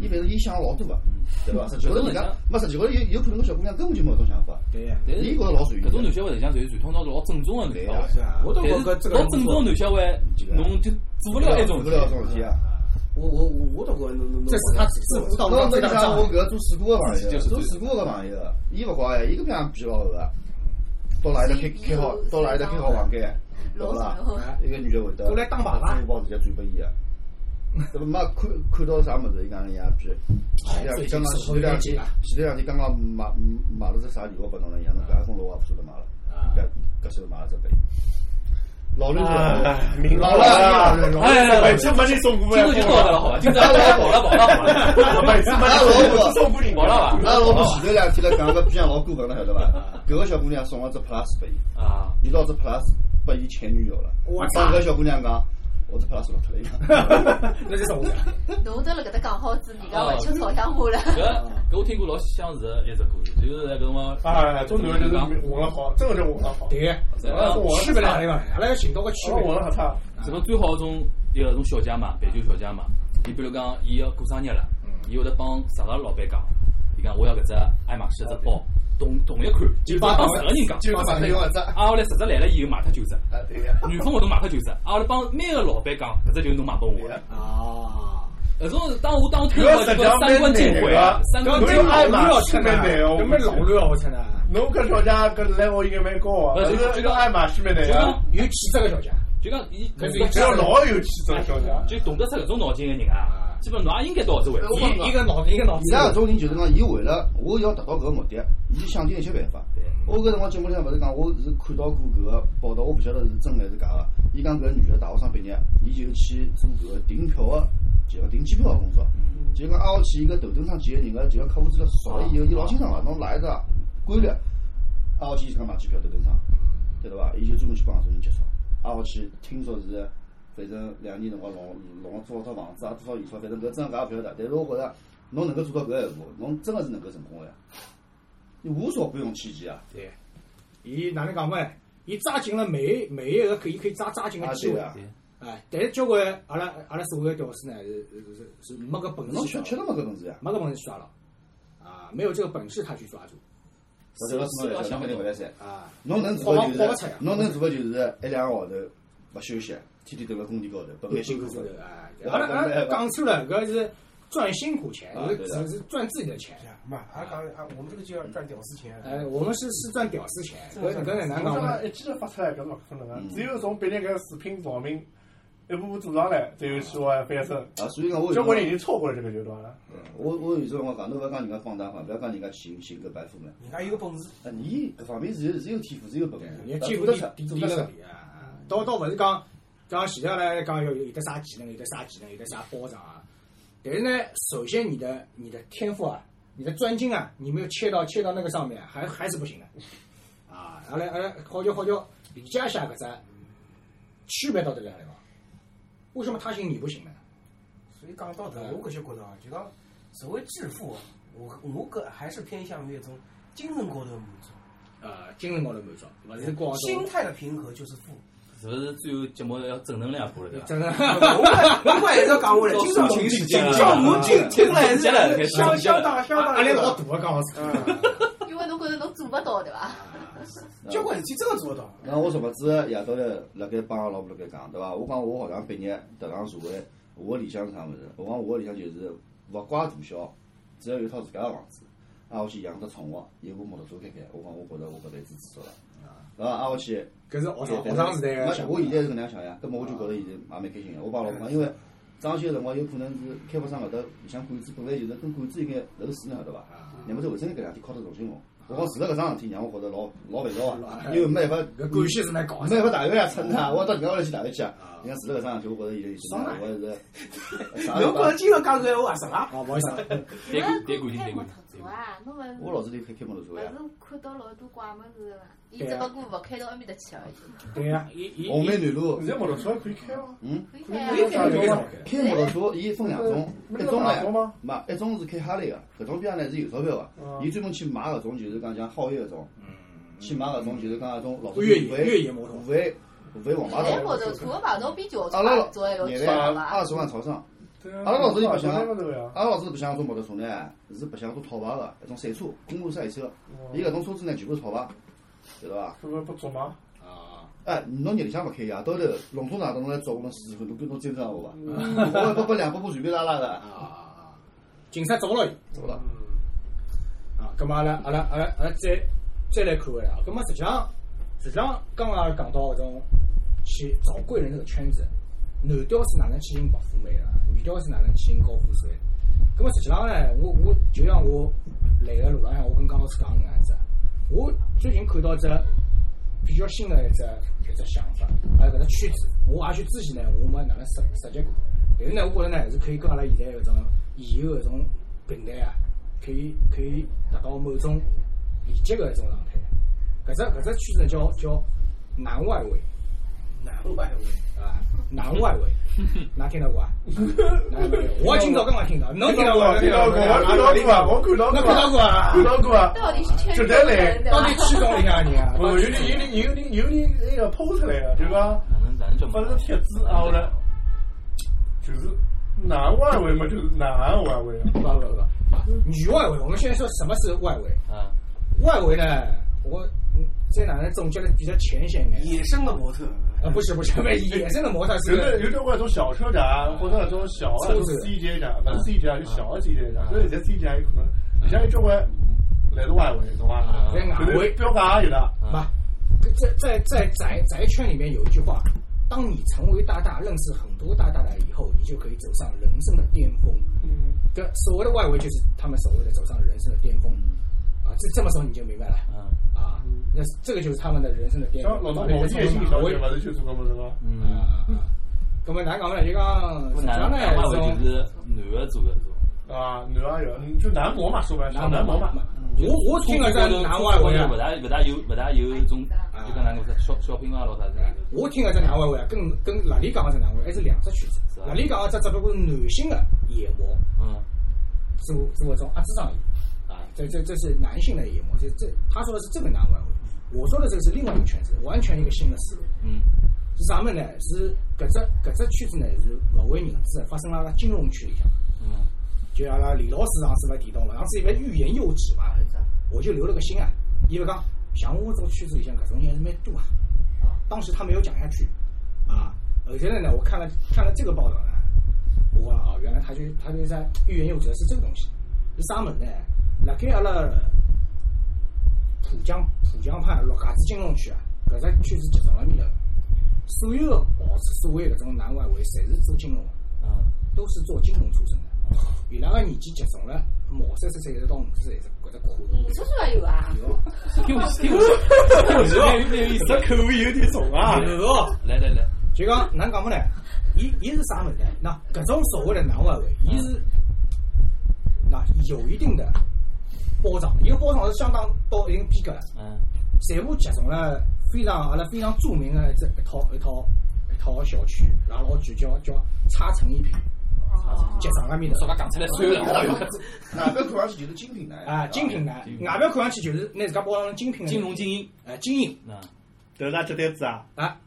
E: 伊反正伊想了老多个，对伐？实际高头人家，没实际高头有有可能搿小姑娘根本就没搿种想法，
B: 对呀，
D: 但是
E: 伊觉着老随意
D: 搿种
E: 的
D: 男。小孩实际上属于传统当中老正宗的
E: 对
D: 男
E: 呀
C: 是
D: 小孩。
C: 啊，我都
D: 但
C: 觉
D: 是
C: 着这个
D: 老正宗的男小孩，侬就做不了一种
E: 做不了这种事体啊！
C: 我我我我都觉着侬侬侬。
B: 这是他致富道路
E: 那
B: 上
E: 那
B: 最
E: 你
B: 大的
E: 像
B: 障
E: 我
B: 碍
E: 搿。个做水果个朋
D: 就
E: 友，
D: 是
E: 做水果个朋友，伊勿怪，伊搿边皮老厚个，到哪里搭开开好，到哪里搭开好房间，对
F: 老
E: 勿啦
F: 爽？哦。
E: 一个女的会得
B: 过来当爸爸
E: 把包直接转拨伊个。对伐？没看看到啥物事，伊讲伊也批。前两天刚刚前两天前两天刚刚买买了只啥礼物拨侬了一样，侬搿 iPhone 六我也勿晓得买了，搿搿手买了只杯。老刘
G: 啊，明白
E: 老了，
G: 了。
D: 哎，
G: 每次没你送过
D: 今朝，就到
G: 呀
D: 搿了，好吧？今朝跑了跑了跑了
G: 每次没你送过，送过你
D: 跑了吧？
E: 阿拉老婆前头两天来讲，搿逼样老过分了，晓得 伐？搿个小姑娘送了只 Plus 拨伊，
D: 啊，
E: 伊拿只 Plus 拨伊前女友了。
B: 我操
E: 帮搿小姑娘讲，我只怕拉输脱了一样。
B: 那就是我讲，
F: 侬都辣搿搭讲好子，人家
B: 哦
F: 勿吃炒香花了。
D: 搿啊搿我听过老相似的一只故事，就是搿辰光
G: 哎，中男的就是混了好，真的就混了好，
B: 对个，区别辣哪里伐？阿拉要寻到个区
G: 我
B: 别
G: 混。了好差。
D: 只不过最好种一个种小姐嘛，陪酒小姐嘛，伊比如讲伊要过生日了，伊会得帮啥个老板讲，伊讲我要搿只爱马仕搿只包，同同一款，就帮十个人讲，
G: 就上 头要一只，
D: 啊后来十只来了以后买脱九只，
G: 啊对呀，
D: 女方活动买脱九只，啊后来帮每个老板讲搿只就是侬买拨我
G: 对呀
D: 的，，
B: 啊，
D: 搿种当我当我听到就觉得三观尽毁啊，三观
G: 搿
D: 尽
G: 就
D: 毁。
G: 爱马仕蛮难哦，
B: 搿么老乱好吃呢？
G: 侬搿小姐搿 level 应该蛮高啊，
D: 不是
G: 这个爱马仕蛮难
D: 就
G: 啊
D: 讲，
B: 有气质个小姐，
D: 就讲伊搿
B: 搿
D: 是
B: 是
D: 一
B: 一
G: 只
D: 个
B: 只
G: 要老有气质的小姐，
D: 就懂得出搿种脑筋的人啊，基本侬也应该到这位置。
B: 一一个脑一个脑
E: 伊
B: 子。
E: 拉搿种人就是讲，伊为了我要达到搿个目的，伊想尽一切办法。我搿辰光节目里向勿是讲，我是看到过搿个报道，我勿晓得是真还是假个。伊讲搿个女的大学生毕业，伊就去做搿个订票个，就要订机票个工作。就讲挨下去，伊搿头等舱几个人个，就讲客户资料少了以后，伊老清爽了，侬来一只规律，挨下去伊自家买机票头等舱，对头伐？伊就专门去帮搿种人接触，挨下去听说是。反正两年辰光弄弄了多少套房子啊，多少预算，反正搿真假勿晓得。但是我觉着，侬能够做到搿一步，侬真个是能够成功个呀！你无所不用其极啊！
B: 对，伊哪能讲嘛？伊抓紧了每每一个可以可以抓抓紧个
E: 啊，
B: 机
E: 对
B: 会。
E: 啊，
B: 哎，但是交关阿拉阿拉社会的屌丝呢，是是是是没搿本
E: 侬
B: 事去抓
E: 缺缺了嘛搿本事呀？
B: 没搿本事去抓牢啊，没有这个本事他去抓住
E: 我这个是侬来想肯定勿来三。
B: 啊。
E: 侬能做个
B: 跑
E: 就
B: 不出
E: 是
B: 呀，
E: 侬能做个就是一两个号头勿休息，啊天天蹲辣工地高头，本蛮辛苦
B: 是
E: 个。
B: 哎，阿拉阿拉讲错了，搿是赚辛苦钱，
E: 啊
B: 是
E: 对
B: 是
E: 的
B: 是赚自己的钱。
C: 嘛，俺讲啊，我们这个就要赚屌丝钱。
B: 哎，我们是是赚屌丝钱，搿搿哪能
G: 侬
B: 讲
G: 讲
B: 嘛？
G: 一哎记头发出来搿是勿可能
E: 嗯
G: 个，只有从别人搿视频网民一步步做上来，才有希望翻身。
E: 啊，所以讲我有辰
G: 交关
E: 光
G: 人已经错过了这个阶段了。
E: 我我有辰光讲，侬勿要讲人家放大款，勿要讲人家寻寻搿白富美。
C: 人家有本事，
E: 啊，你搿方面是有是有天赋，是有本事，
B: 也
E: 但
B: 天赋
E: 做
B: 第
E: 得出
B: 第
E: 做
B: 第
E: 得
B: 六
E: 出。
B: 里啊，倒倒勿是讲讲现在来讲有有有的啥技能，有的啥技能，有的啥包装啊。但是呢，首先你的你的天赋啊，你的专精啊，你没有切到切到那个上面，还还是不行的啊。阿拉阿拉好叫好叫理解一下搿只区别到底在哪里嘛？为什么他行你不行呢？
C: 所以讲到头，我搿些觉着啊，就讲所谓致富，我我搿还是偏向于一种精神高头的满足，
B: 呃，精神高头满足，勿是光
C: 心态的平和就是富。
D: 是不是最后节目要正能量部了对伐？
B: 真的。
C: 我我也是要讲回来，今朝
D: 情绪
C: 今朝我听听来是相相当相当
B: 压力啊老大个讲是，
F: 因为侬觉着侬做勿到对伐？
C: 交关事体真的做得到。
E: 那我昨物子夜到头辣盖帮阿拉老婆辣盖讲，对伐？我讲我学堂毕业踏上社会，我个理想是啥物事？我讲我个理想就是勿怪大小，只要有一套自家个房子，挨下去养只宠物，有部摩托车开开。我讲我觉着我搿辈子知足了，对伐？挨下去，
B: 搿是学生学生时代啊
E: 没
B: 个
E: 想嗯
B: 想
E: 我
B: 法
E: 现在是搿能样想呀，葛末我就觉着现在也蛮开心个。我帮老婆讲，因为装修个辰光有可能是开发商搿搭里向管制本来就是跟管制应该楼市呢，对伐？乃末头卫生间搿两天靠得重新弄，我讲除了搿桩事体让我觉着老老烦躁啊，因为没办法
B: 搿感谢是蛮高
E: 没
B: 的。
E: 有大学呀，趁他，我到人家屋里去大学去啊。人家除了搿桩事体，我觉着现在
C: 爽
E: 就是
C: 啊
E: 我是啥
C: 侬
E: 都
C: 觉
E: 勿
C: 着今朝讲搿闲话合适伐？
B: 啊，勿好意思啊，
D: 对感对
F: 侬
D: 感情对
F: 开摩
D: 感
F: 托车啊，侬勿
E: 我老早就开开摩托
F: 勿
E: 车呀，
F: 是看到老多怪物事嘛？伊
B: 对
F: 只
B: 啊
F: 不过勿开到埃面搭去而已。
B: 对呀，伊伊
E: 红梅南路
G: 现，在摩托车可以开了，
E: 嗯，
F: 可以
G: 可以
F: 开
G: 可以
F: 啊，
G: 开
B: 有一种。
E: 开摩
G: 了
E: 托车伊分两种，一种
G: 马
E: 呢，
G: 吗？
E: 嘛，一种是开哈雷个，搿种边上呢是有钞票
G: 嗯
E: 个，伊专门去买搿种就是讲像皓月搿种，
B: 嗯
E: 去买搿种就是讲搿种老
B: 越野
E: 五位
B: 越野摩托
E: 五位五位黄牌
F: 开摩
E: 道，
F: 托车嘛，侬比轿车
B: 啊
E: 阿拉老
F: 坐一路去
E: 廿
F: 好
E: 万
F: 伐
E: 二？十万朝上，
G: 对啊
E: 阿拉老早就白相
G: 开个呀。
E: 啊阿拉老早是白相搿种摩托车呢，是白相搿种套牌个，一种赛车，公路赛车，伊搿种车子呢全部是套牌，晓得伐？
G: 是不是不足吗？
B: 啊，
E: 哎，侬夜里向勿开夜到头，笼统上头侬来找我侬试试看，侬跟侬真讲好伐？我不不两百步随便拉拉
B: 啊
E: 的，
B: 啊啊！警察抓牢伊
E: 走了。
G: 嗯
B: 啊！咁阿拉阿拉阿拉阿拉再再来看回来啊！咁么实际上实际上刚刚阿拉讲到搿种去找贵人这个圈子，男屌丝哪能去寻白富美啊？女屌丝哪能去寻高富帅？咁么啊实际上呢，我我就像我来个路浪向，我跟江老师讲搿能样子啊，我最近看到只比较新的一只一只想法，还有搿只圈子，我也许之前呢我没哪能涉涉及过，但是呢，我觉着呢是可以跟阿拉现在搿种现有搿种平台啊，可以可以达到某种连接个一种状态。搿只搿只圈子呢叫叫南外围，
C: 难外围，
B: 啊，哪能外围？哪听到过啊？哪有没有我今朝刚刚听到，侬听到过？
G: 听到过，我看到过啊，我看到
B: 侬
G: 过
B: 看到
G: 啊，
B: 过啊
G: 看？到过啊。
F: 到底是圈
G: 这
F: 中
G: 得嘞
F: 人对
B: 到
F: 吧
B: 底？去中里向人啊？
G: 不，有人有人有人有人那个抛出来的，就讲
D: 哪能哪能叫
G: 不是帖子啊，或者就是哪外围嘛，就是哪外围啊。
B: 不不不，女外围，我们现在说什么是外围？
D: 啊，
B: 外围呢，我嗯在哪能总结的比较浅显点？
C: 野生的模特，
B: 啊，不是不是，不是野生的模特
G: 有
B: 是
G: 的有种那种小车展，啊或者那种小的那种 CJ 展，不是 CJ 啊，就啊小的 CJ 展。所以现在 CJ 有可能，现在中国来到外围，懂伐？
D: 啊
B: 在外
G: 就是
B: 围。
G: 标杆有的，
B: 吧？在在在宅宅圈里面有一句话：当你成为大大，认识很多大大了以后，你就可以走上人生的巅峰。
G: 嗯，
B: 这所谓的外围就是他们所谓的走上人生的巅峰。啊，这这么说你就明白了
D: 嗯
B: 啊？那这个就是他们的人生的巅
G: 像
B: 峰。
G: 老早
B: 每
G: 毛
B: 个
G: 线性
B: 成
G: 小
B: 为
G: 姐勿是去做搿么子吗？
B: 啊
D: 嗯，
B: 啊啊！咁么哪讲呢？就
D: 那
B: 讲哪
D: 哪能
B: 呢？
D: 外围
B: 种
D: 就是男的做的做，
G: 啊，男也有，嗯就男模嘛，说白了，小男模嘛。
B: 我我听了在南外围啊
D: 勿。大勿大有勿大有种，就讲哪能小小品啊，老啥子，
B: 我听的这两位啊，跟跟哪里讲的这两位还是两只曲子
D: 是。吧
B: 哪里讲的这只不过是男性的夜魔，
D: 嗯
B: 做做一种压制上演啊，这这这是男性的夜魔，这这他说的是这个男外围，我说的这个是另外一个圈子，完全一个新的思路。
D: 嗯
B: 是啥么呢？是搿只搿只圈子呢是勿为人知的，发生辣辣金融区里向。
D: 嗯
B: 就阿拉李老师上次勿是提到了，上次因为欲言又止嘛，我就留了个心啊。伊勿讲，像我这个圈子里向搿种人还是蛮多啊。啊，当时他没有讲下去啊。后头呢，我看了看了这个报道呢，我讲哦，原来他就他就在欲言又止的是这个东西，是啥物事呢？辣盖阿拉浦江浦江畔陆家嘴金融区啊，搿只圈子集中了面头，所有的报纸所谓搿种南外围，侪是做金融的。啊
D: 嗯
B: 都是做金融出身的，伊拉个年纪集中了，毛三十岁一直到五十岁，搿只跨度
F: 你说说有啊？
D: 听我听我听我是蛮有蛮有意思的，
G: 哎口味有点重啊
B: 有哦，
D: 嗯来来嗯来，
B: 就讲哪能讲么呢？伊伊是啥物事呢？那搿种所谓的南外围，伊是那有一定的包装，伊个包装是相当到一定逼格了，
D: 嗯
B: 全部集中了非常阿拉非常著名的这一套一套一套小区，然后就叫叫差成一品，
F: 啊
B: 集中了面头
D: 说。话讲出来算了，哎呦，
E: 外表看上去就是精品男
B: 啊，精品呢，外表看上去就是拿自家包装成精品的
D: 金融精英，
B: 哎，精英
D: 嗯
G: 头上这单子啊，
B: 啊，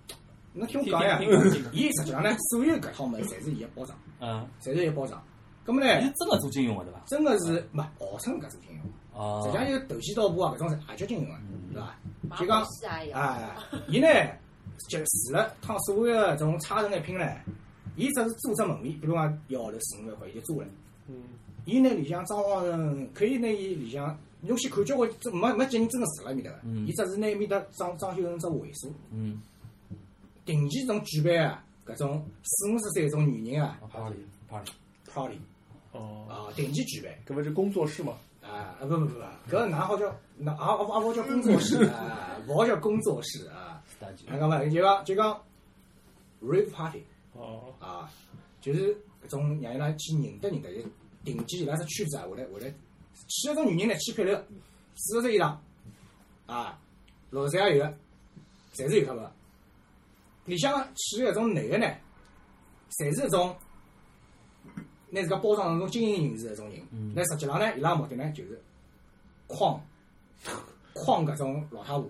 B: 侬听我讲呀
D: 听听听听，
B: 伊实际上呢，所有搿套物事侪是伊个包装，
D: 嗯，
B: 侪是伊个包装。葛么
D: 哎你
B: 呢
D: 是，真的做金融的对伐？
B: 真个是没号称搿种金融，
D: 啊
B: 实际上有头先到步啊，搿种是也叫金融啊，对伐？就讲
F: 是啊，也
B: 啊，伊呢，就除了趟所谓个种差成一品呢，伊只是租只门面，比如讲一个号头四五万块，伊就租了。
G: 嗯，
B: 伊呢里向装潢成可以拿伊里向，侬先看交关，这没没几个人真个住辣埃面搭个，
D: 嗯
B: 伊只是拿埃面搭装装修成只会所。
D: 嗯，
B: 定期种举办啊，搿种四五十岁搿种女人啊
D: party party，
B: party
G: 哦，
B: 啊，定期举办
G: 搿么就工作室嘛，
B: 啊，啊不不不不，搿哪好叫哪啊啊啊勿好叫工作室啊，勿好叫工作室啊，
D: 大姐，
B: 那讲嘛，就讲就讲 rave party
G: 哦，
B: 啊，就是搿种让伊拉去认得认得，就定期伊拉只圈子啊，会来会来，去搿种女人呢，去漂流，四十岁以上啊，六十岁也有的，侪是有他们。里向去搿种男个呢，侪是搿种拿自家包装成种精英人士搿种人。那实际上呢，伊拉目的呢就是诓诓搿种老太婆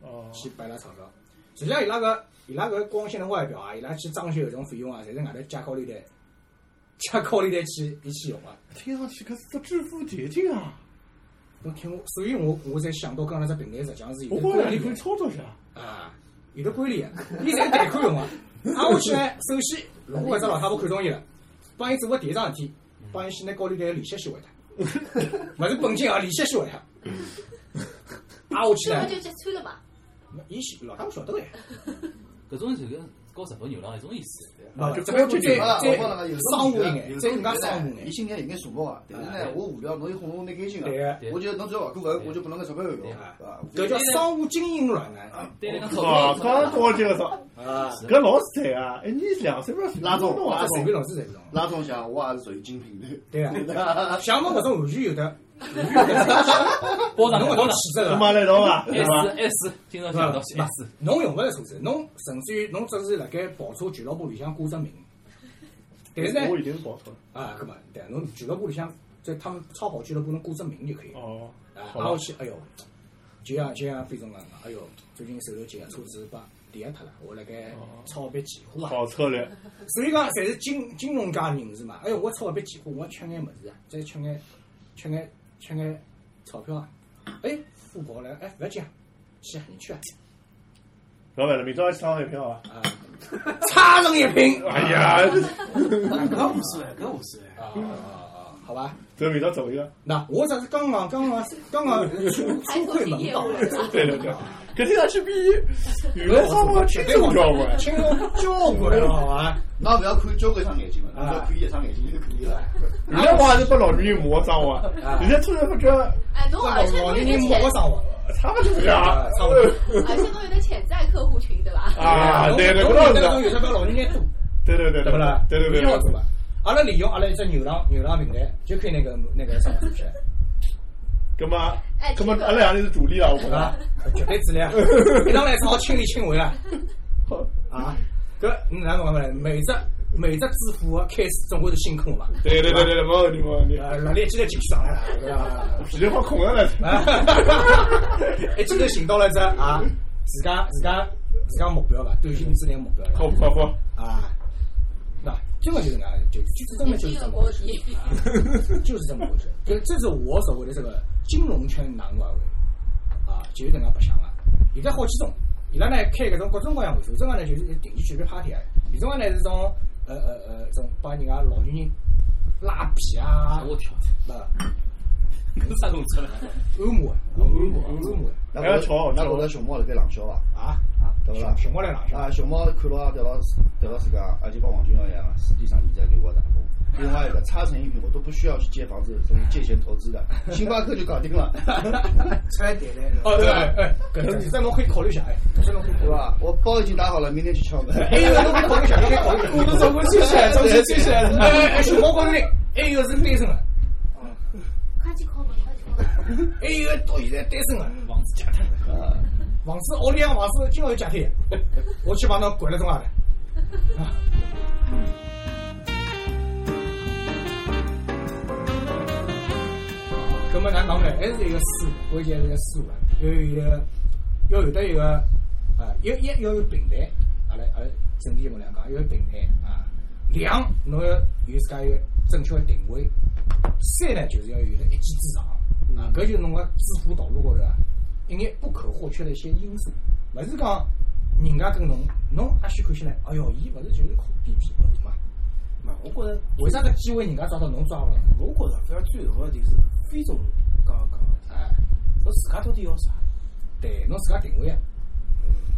G: 哦，
B: 去摆拉钞票。实际上伊拉个伊拉个光鲜的外表啊，伊拉去装修搿种费用啊，侪是外头借高利贷借高利贷去一起用啊。
G: 听上去搿是个致富捷径啊！
B: 侬听我，所以我我才想到刚才只平台实际上是有点
G: 我光
B: 关
G: 两
B: 联
G: 你
B: 的
G: 可以操作一下，
B: 啊，有的规律，伊侪贷款用 啊。挨下去呢，首先如果搿只老太婆看中伊了，帮伊做个第一桩事体，
G: 嗯
B: 帮伊先拿高利贷个利息先还脱，勿是本金啊，利息先还脱。挨
F: 这
B: 下
F: 不
B: 去
F: 就揭穿了嘛？
B: 呢，伊是老太婆晓得个呀，
D: 搿种就跟搞日本牛郎一种意思，对
B: 啊，
G: 就
B: 只不过
G: 高
B: 再
G: 利
E: 贷
B: 再
E: 啊我帮侬讲有时候
B: 商务一
E: 有
B: 眼，
E: 时
B: 再
E: 候
B: 更加商务
E: 伊
B: 眼。
E: 心里有眼数目啊，但是呢，我无聊，侬又哄我蛮开心
B: 对啊
E: 啊
B: 个。
E: 我觉得侬只要勿过搿，我就拨侬个钞票用，对伐？
B: 搿叫商务精英软男
E: 啊
D: 对来讲
G: 哇，刚刚高级了操，
B: 啊，
G: 搿老惨啊！哎，你两岁半
E: 拉
G: 动
E: 动
G: 动啊
B: 这！随便弄是随便弄。
E: 拉总想，我也是属于精品的。
B: 对啊，像我搿种完全有的
D: 包上
B: 侬
D: 包
B: 搿种
D: 上
B: 气质
E: 侬
B: 啊，
E: 买来到伐？对
D: S
E: 伐？
D: S，今朝
B: 是
D: 想到
B: 吧
D: 是
B: 不
D: S，
B: 侬用勿着车子，侬甚至于侬只是辣盖跑车俱乐部里向挂只名，但是呢，
G: 我已经报错了。
B: 啊，搿么对，侬俱乐部里向在他们超跑俱乐部侬挂只名就可以了。
G: 哦，
B: 啊，
G: 好
B: 挨下去，哎哟，就像就像飞总讲的，哎哟，最近手头紧啊，车子把抵押脱了，我辣盖
G: 哦
B: 炒一笔期货啊，
G: 好策略，
B: 所以讲侪是金金融界人士嘛，哎哟，我炒一笔期货，我要吃眼物事啊，再吃眼吃眼吃眼钞票啊，哎，付宝来，哎，勿要紧啊，去啊，你去啊，
G: 老板了，明朝去趟一票啊！
B: 啊，差人一品，
G: 哎呀，
C: 搿无所谓，搿无所谓。
B: 啊啊啊，好吧。
G: 这明朝走一个。
B: 那我只是刚刚刚刚刚刚初窥门道，
G: 对对对，搿听上去比原
B: 哎
G: 来生活轻松交关。
B: 轻松交关了，好吧？
E: 那勿要看交关一双眼睛嘛，
B: 啊
E: 侬只要看一双眼睛就可以了。
G: 原来我还是被老女人骂脏话，现在突然发觉
F: 哎，侬而且
B: 啊老
F: 侬
B: 年人没
F: 有得潜
B: 个，生活。
G: 差不多是啊，
B: 差不多
F: 而且侬有得潜在客户群，对伐？
G: 啊，对对，
B: 侬
G: 搿
B: 侬
G: 倒
B: 现在
G: 是
B: 有钞票老人家多，
G: 对对对
B: 对不啦？
G: 对对对
B: 要
G: 对
B: 嘛。阿拉利用阿拉一只牛郎牛郎平台，就可以那个那个上网去，
G: 葛么，葛么，阿拉两个是主力了，我觉
B: 对
G: 得
B: 吧。？绝对质量，一上来正好亲力亲为啊！啊，搿哪能讲呢？每只每只支付的开始总归是辛苦嘛，
G: 对对对对对，没问题没问题。
B: 呃，热力一记头就上来了，对伐？
G: 皮就好空着了，
B: 啊，一记头寻到了只啊，自家自家自家目标伐，短线之内目标
G: 靠
B: 了
G: 谱靠谱。
B: 啊，那真的就是那样，就就是真的就是这么 回事，啊 就是这么回事。这这是我所谓的这个金融圈哪能玩法啊，就是搿能白相了。现在好几种，伊拉呢开搿种各种各样会，有种个呢就是定期举办 party 啊，有种个呢是种呃呃呃种帮人家老女人拉皮啊，
D: 我跳，
B: 那
D: 搿啥动作了？
B: 按摩啊，按摩按摩
E: 那
G: 还要吵
E: 那我的熊猫辣盖冷笑伐？
B: 啊。
E: 对勿啦？
B: 熊猫来哪
E: 啊，熊猫看牢对牢对牢自家，而且帮王军一样，实际上现在给我打工。另外一个差成一笔，我都不需要去借房子，甚至借钱投资的，星巴克就搞定了，
C: 出来谈谈。
B: 哦，对，哎，搿种现在侬可以考虑一下，哎，搿种侬可哎以考
E: 对
B: 虑。
E: 吧？我包已经打好了，明天去敲门。
B: 还有侬可以考虑一下，侬可以考虑一下。我都总归
E: 谢谢总归谢谢
B: 哎哎，熊猫高头还有是单身的，
F: 快去敲门，快去敲门！
B: 还有到现在单身的，
D: 房子借脱了，
E: 啊，
B: 房子屋里向房子今朝有借天，我去帮侬掼了中下来。啊搿么哪讲呢？还是一个思路，关键是一个思路啊，要有一个，要有得一个啊，一一要有平台，阿拉阿拉整体我两讲，要有平台啊。两，侬要有自家一个正确的定位。三呢，就是要有得一技之长啊，搿就是侬个致富道路高头啊，一眼不可或缺的一些因素，勿是讲人家跟侬，侬也许看起来，哎哟，伊勿是就是靠比比不是嘛？
C: 嘛，我觉着，
B: 为啥搿机会人家抓到侬抓勿牢？
C: 我觉着反而最重要的就是非总刚刚讲的，
B: 哎，
C: 侬自家到底要啥？
B: 对，侬自家定位啊，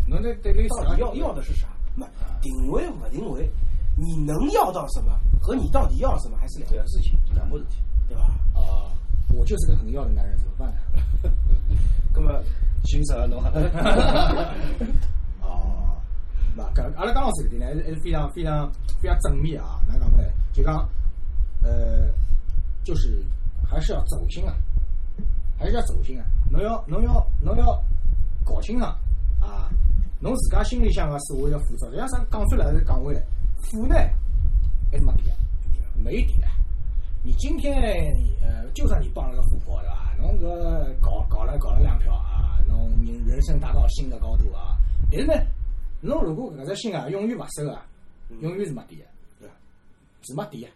B: 侬那对于自
C: 到
B: 家
C: 底要要的是啥？嘛
B: 啊，
C: 定位不定位，你能要到什么和你到底要什么啊还是两个事情，
E: 两码事体。
C: 对吧？
B: 啊，我就是个很要的男人，怎么办呢？
C: 那么
E: 寻啥侬？
B: 哦，那搿阿拉刚刚这个点呢，还是还是非常非常非常正面啊，哪能讲呢？就讲，呃，就是还是要走心啊，还是要走心啊，侬要侬要侬要搞清爽啊，侬自家心里啊向个所谓的负责，实际上讲出来还是讲回来，负呢还是没底啊，没底啊。你今天呃，就算你傍了个富婆对吧？侬搿搞搞了搞了两票啊，侬人人生达到新的高度啊。但是呢，侬如果搿只心啊，永远勿收啊，永远是没啊底的，对伐？是没底啊！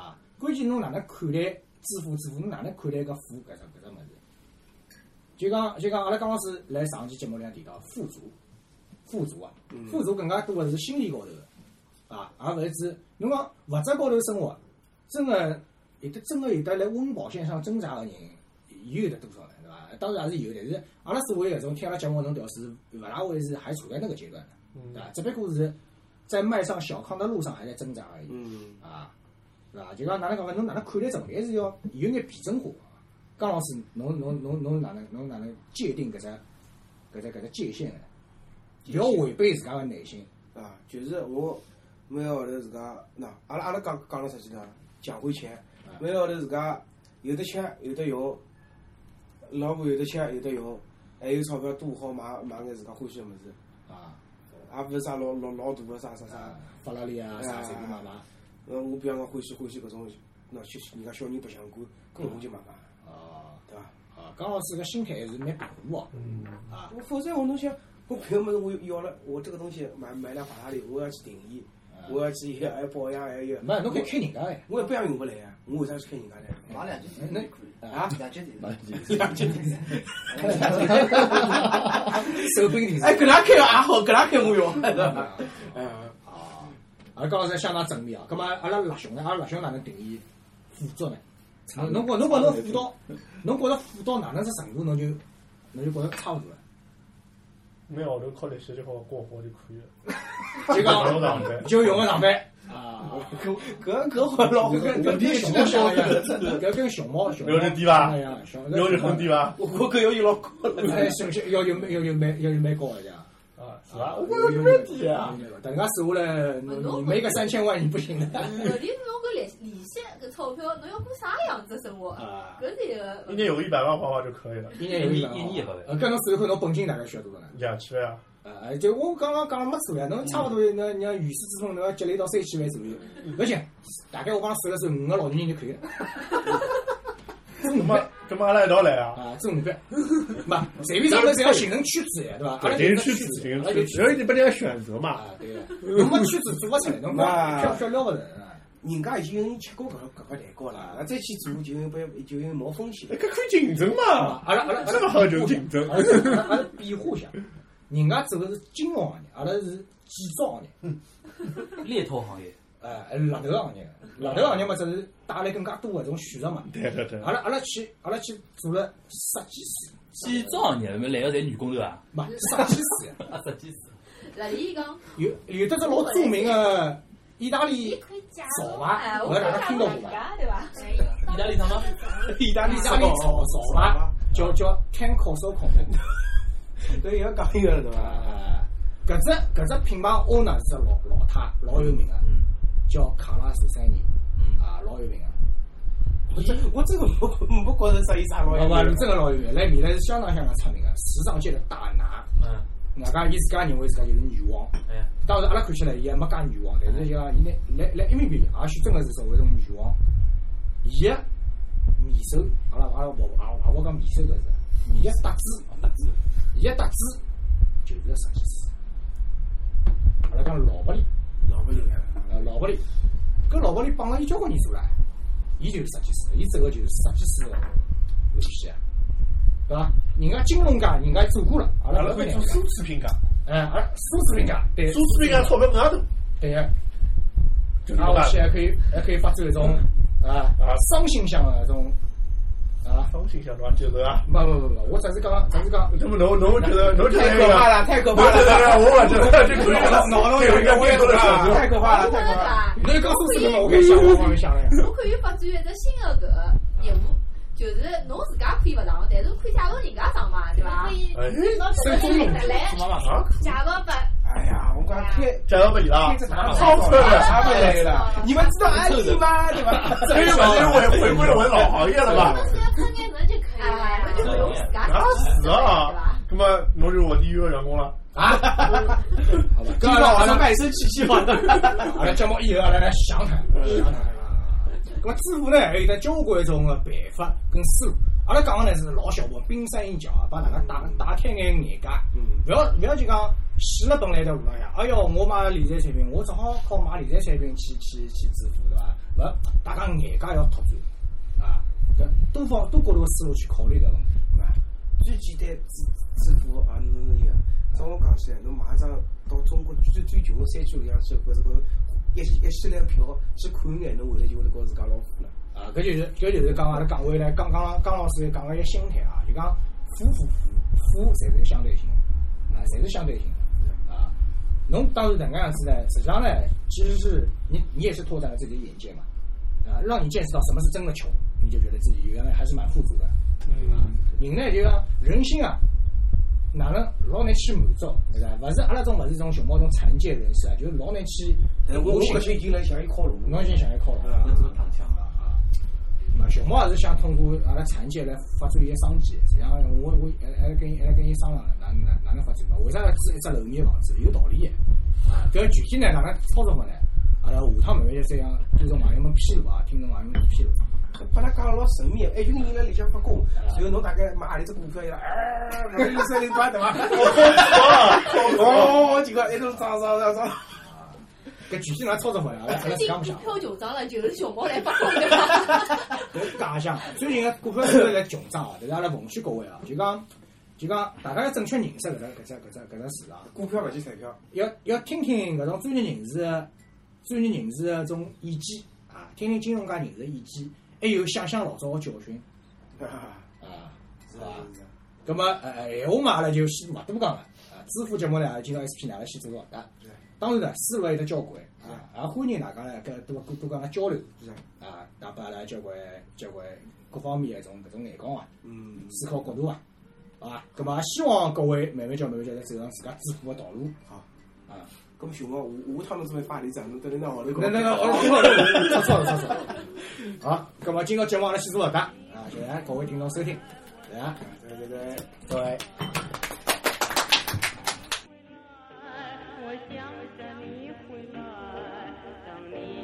B: 啊，关键侬哪能看待致富致富？侬哪能看待搿富搿只搿只物事？就讲就讲，阿拉刚刚是来上期节目里向提到富足，富足啊，富足更加多的是心理高头的啊，而勿是指侬讲物质高头生活，真个有的真个有的来温饱线上挣扎的人，有得多少呢？对伐？当然也是有，但是阿拉所谓搿种听阿拉节目侬调是勿大会是还处在那个阶段的，对伐？只不过是在迈上小康的路上还在挣扎而已。
C: 嗯，
B: 啊，是伐？就讲哪能讲法，侬哪能看待问题，还是要有眼辩证化。江老师，侬侬侬侬哪能侬哪能界定搿只搿只搿只界限呢？勿要违背自家个内心。
C: 啊，就是我啊每个号头自家，那阿拉阿拉讲讲了实际呢，讲回钱，每个号头自家有得吃，有得用，老婆有得吃，有得用，还有钞票多好买买眼自家欢喜个物事，
B: 啊，
C: 也勿是啥老老老大个啥啥啥
B: 啊。，法拉利啊，啥啥个嘛嘛，
C: 呃，我比方讲欢喜欢喜搿种，喏，去人家小人白相过，搿我就买买，
B: 啊
C: 对伐？
B: 啊，刚好是个心态还是蛮平和哦，啊，
C: 我否则我侬想，我朋友们我要了，我这个东西买买辆法拉利，我要去定义，我要去还保养，还有，
B: 啊没，侬可以开人家哎，
C: 我一般用勿来啊，我为啥去看人家呢？
E: 买两件衣服可以，
B: 啊，
E: 两件衣服。
B: 手柄挺
C: 哎，搿能开也好，搿能开我用，对
B: 哎
C: 伐？
B: 啊，阿拉刚才相当正面啊，葛末阿拉辣兄呢，阿拉辣兄哪能定义富足呢？侬觉侬觉侬富到，侬觉着富到哪能只程度，侬就侬就觉着差勿多了。
G: 每号头靠历史就好好过活就可以了。
B: 就
G: 不用
B: 讲
G: 上班
B: 就用个上班啊，
C: 搿搿搿好老
B: 搿搿
C: 搿
B: 跟熊猫像一样，搿跟熊猫熊猫
G: 要求低伐
B: 一样，熊
G: 要求很低伐？
C: 我我搿要求老高了。
B: 哎，熊熊要求要求蛮要求蛮高的呀。
G: 啊，是
B: 啊
G: 伐？
B: 我
G: 我要求蛮低啊。！
B: 等人家手下来，你你没个三千万你不行的
F: 问题是侬搿利利息搿钞票，侬要过啥样子生活？
B: 啊！
F: 搿是一个呃
G: 一年有一百万花花就可以了，
B: 一年有
D: 一年一年好的
B: 呃，搿侬手头侬本金大概需要多少呢？
G: 两千万啊，
B: 啊，就我刚刚讲了没错呀，侬差勿多那你像原始资本，侬要积累到三千万左右，而且大概我讲算了算，五个老年人就可以了。中
G: 那
B: 午饭
G: 么那么阿拉一道来啊。
B: 啊，中午饭，嘛，随便上头侪要形成圈子呀，对伐？阿拉
G: 这
B: 就是是子阿
G: 圈子，，这
B: 拉
G: 个
B: 就
G: 圈子，然后你拨人家选择嘛。
B: 啊，对个，侬没圈子做勿出来，侬
C: 啊
B: 票票撩勿成啊。
C: 人家已经有人吃过搿搿块蛋糕了，那再去做就有被就有冒风险
G: 搿。可以竞争嘛，
B: 阿拉阿拉
G: 这么好就竞争。
B: 阿拉阿拉比划一下，人家走的是金融行业，阿拉是建造行业。
D: 猎头行业，
B: 呃，辣头行业，辣头行业嘛，只是带来更加多的这种选择嘛。
G: 对对对，
B: 阿拉阿拉去阿拉去做了设计师，
D: 建造行业，我们来个侪女工头啊，
B: 嘛，设计师
D: 啊，设计师，
F: 辣里讲，
B: 有有的只老著名的意大
F: 你
B: 利
F: 可以假
B: 造
F: 装
B: 吧
F: 哎，
B: 我
F: 我
B: 哪能
F: 假
B: 听到
F: 装
B: 过
F: 人家对伐？
D: 意大利什么？
C: 意大
B: 意大利造造吧，叫叫 Tanco 手控。
C: 对，要讲一个对伐？
B: 啊，搿只搿只品牌 owner 是老老太老有名的，叫卡拉十三年，啊，老有名的。
C: 我真我真个没没觉着啥有啥老
B: 好
C: 有
B: 吧，
C: 名
B: 真
C: 的。
B: 个老有名，来米兰是相当相当出名的，时尚界的大拿。
D: 嗯，
B: 外加伊自家认为自家就是女王，
D: 哎，
B: 当然阿拉看起来伊也没介女王，但是就讲伊拿来来埃面边也许真个是作为一种女王，伊个面首，阿拉阿拉勿阿拉勿讲面首搿是，伊个哦搭子，伊个搭子就是个设计师。阿拉讲老伯利，老伯利，呃，老伯利，搿老伯利帮了伊交关年数了，伊就是设计师，伊走个就是设计师个路线，对伐？人家金融界人家做过了，阿
G: 阿
B: 拉
G: 拉
B: 勿
G: 可
B: 跟
G: 以
B: 人
G: 做
B: 家
G: 奢侈品噶，
B: 哎，阿拉苏斯人家，对，
G: 奢侈品噶钞票更加多，
B: 对个，
G: 就是
B: 啊，我
G: 大
B: 去还可以还可以发展一种啊
G: 啊
B: 双性向的一种啊，
G: 方形象对伐？接受啊。
B: 不不不不，我只是讲只是讲，
G: 那么侬侬觉得侬觉得
C: 太可怕了，太可
G: 侬
C: 怕
G: 觉
C: 了！
G: 得我勿觉得这个
C: 脑
G: 这
C: 洞
G: 个
C: 有
G: 应
C: 一
G: 该
C: 个
G: 更多的选择。
C: 太可怕了，太可怕了！
F: 伐？
B: 你讲苏斯人嘛，我可以想，我可以 想了呀。
F: 侬可以发展一只新的搿个业务，就是侬自家可以勿上，但是可以介绍人家上嘛，对伐
H: 可？以
G: 哎，
H: 手工用来
D: 妈妈，
G: 啊，
H: 介绍把
C: 哎呀，我讲开
G: 介绍拨伊了
C: 开，这哪
G: 超出来了。
C: 啥回来了？你们知道安利吗？对吧？
G: 这又勿是回回归了我的老行业了吧？
H: 公司看眼人就可以
F: 哎，
H: 了。
F: 搿就侬自家
G: 啊是
F: 对
G: 啊
F: 伐？，
G: 那么侬就是我第一个员工了。
B: 好吧，
C: 今
B: 阿
C: 朝
B: 拉
C: 晚
B: 阿
C: 上
B: 拉
C: 卖身契契吧。
B: 阿拉节目以后阿拉来详谈详谈。咁么致富呢，还有得交关种个办法跟思路。阿拉讲个呢是老小步，冰山一角啊，帮大家打打开眼眼界。
C: 嗯
B: 勿要勿要就讲死了本来在路浪向，哎哟，我买理财产品，我只好靠买理财产品去去去致富，对伐？勿，大家眼界要拓展啊，搿多方多角度个思路去考虑搿问题。
C: 最简单支支付啊，侬那个，照我讲起来，侬买一张到中国最最穷的山区里向去，或者讲一系一系列票去看一眼，侬回来就会得觉得自家老富了。
B: 啊，搿就是搿就是讲阿拉讲回来，刚刚刚老师讲个一个心态啊，就讲富富富富，侪是相对性的，啊，侪是相对性的啊。侬当时哪能样子呢？实际上呢，其实是你你也是拓展了自己的眼界嘛，啊，让你见识到什么是真的穷，你就觉得自己原来还是蛮富足的。
G: 嗯，
B: 人呢就讲人心啊，哪能老难去满足，对伐？勿是阿拉种勿是种熊猫种残疾人士啊，就是老难去。
C: 但我我
B: 搿
C: 搿就已经来向伊靠拢了。
B: 侬已经想要靠了。嗯
C: 啊
E: 要做躺枪
B: 啊啊！啊，熊猫也是想通过阿拉产业来发展伊个商机。实际上，我我还还跟伊还跟伊商量了，哪哪哪能发展嘛？为啥要建一只楼面房子？有道理个。啊，搿具体呢，哪能操作法呢？阿拉下趟慢慢就再向观众朋友们披露啊，听众朋友们披露。
C: 把他讲了老神秘，哎还有人人辣里向发功，然后侬大概买何里只股票，伊拉哎，然后一声令把对伐？ 哦，几个一路涨涨涨涨，
B: 搿具体哪操作法呢？阿拉阿拉
F: 最
B: 自
F: 近
B: 家
F: 股
B: 不想。
F: 票穷涨了，就是熊猫来发功对伐？
B: 搿讲一下，最近个股票市场在穷涨啊，但是阿拉奉劝各位啊，就讲就讲大家要正确认识搿只搿只搿只搿只市场，
C: 股票勿去彩票，
B: 要要听听搿种专业人士的专业人士的种意见啊，听听金融界人士的意见，还有想想老早个教训啊，是伐？咁么呃，闲话嘛，阿拉就先勿多讲了啊。知乎节目呢，阿拉今朝 SP 呢，阿拉先做到啊。当然呢，思路还有得交关啊，也欢迎大家呢，跟多多多跟阿拉交流
C: 是啊
B: 啊，带拨阿拉交关交关各方面的一种搿种眼光啊，
C: 嗯，
B: 思考角度啊，好伐？咁么也希望各位慢慢叫慢慢叫在走上自家致富的道路。
C: 咁熊猫，我下趟侬准备发里只，侬等你拿号头
B: 那那那，我错了，错了，错了。好，咁么今朝节目阿拉先做到达啊，谢谢各位听众收听，谢谢，
C: 对对对。
B: 各位。
I: 我想着你回来，等你。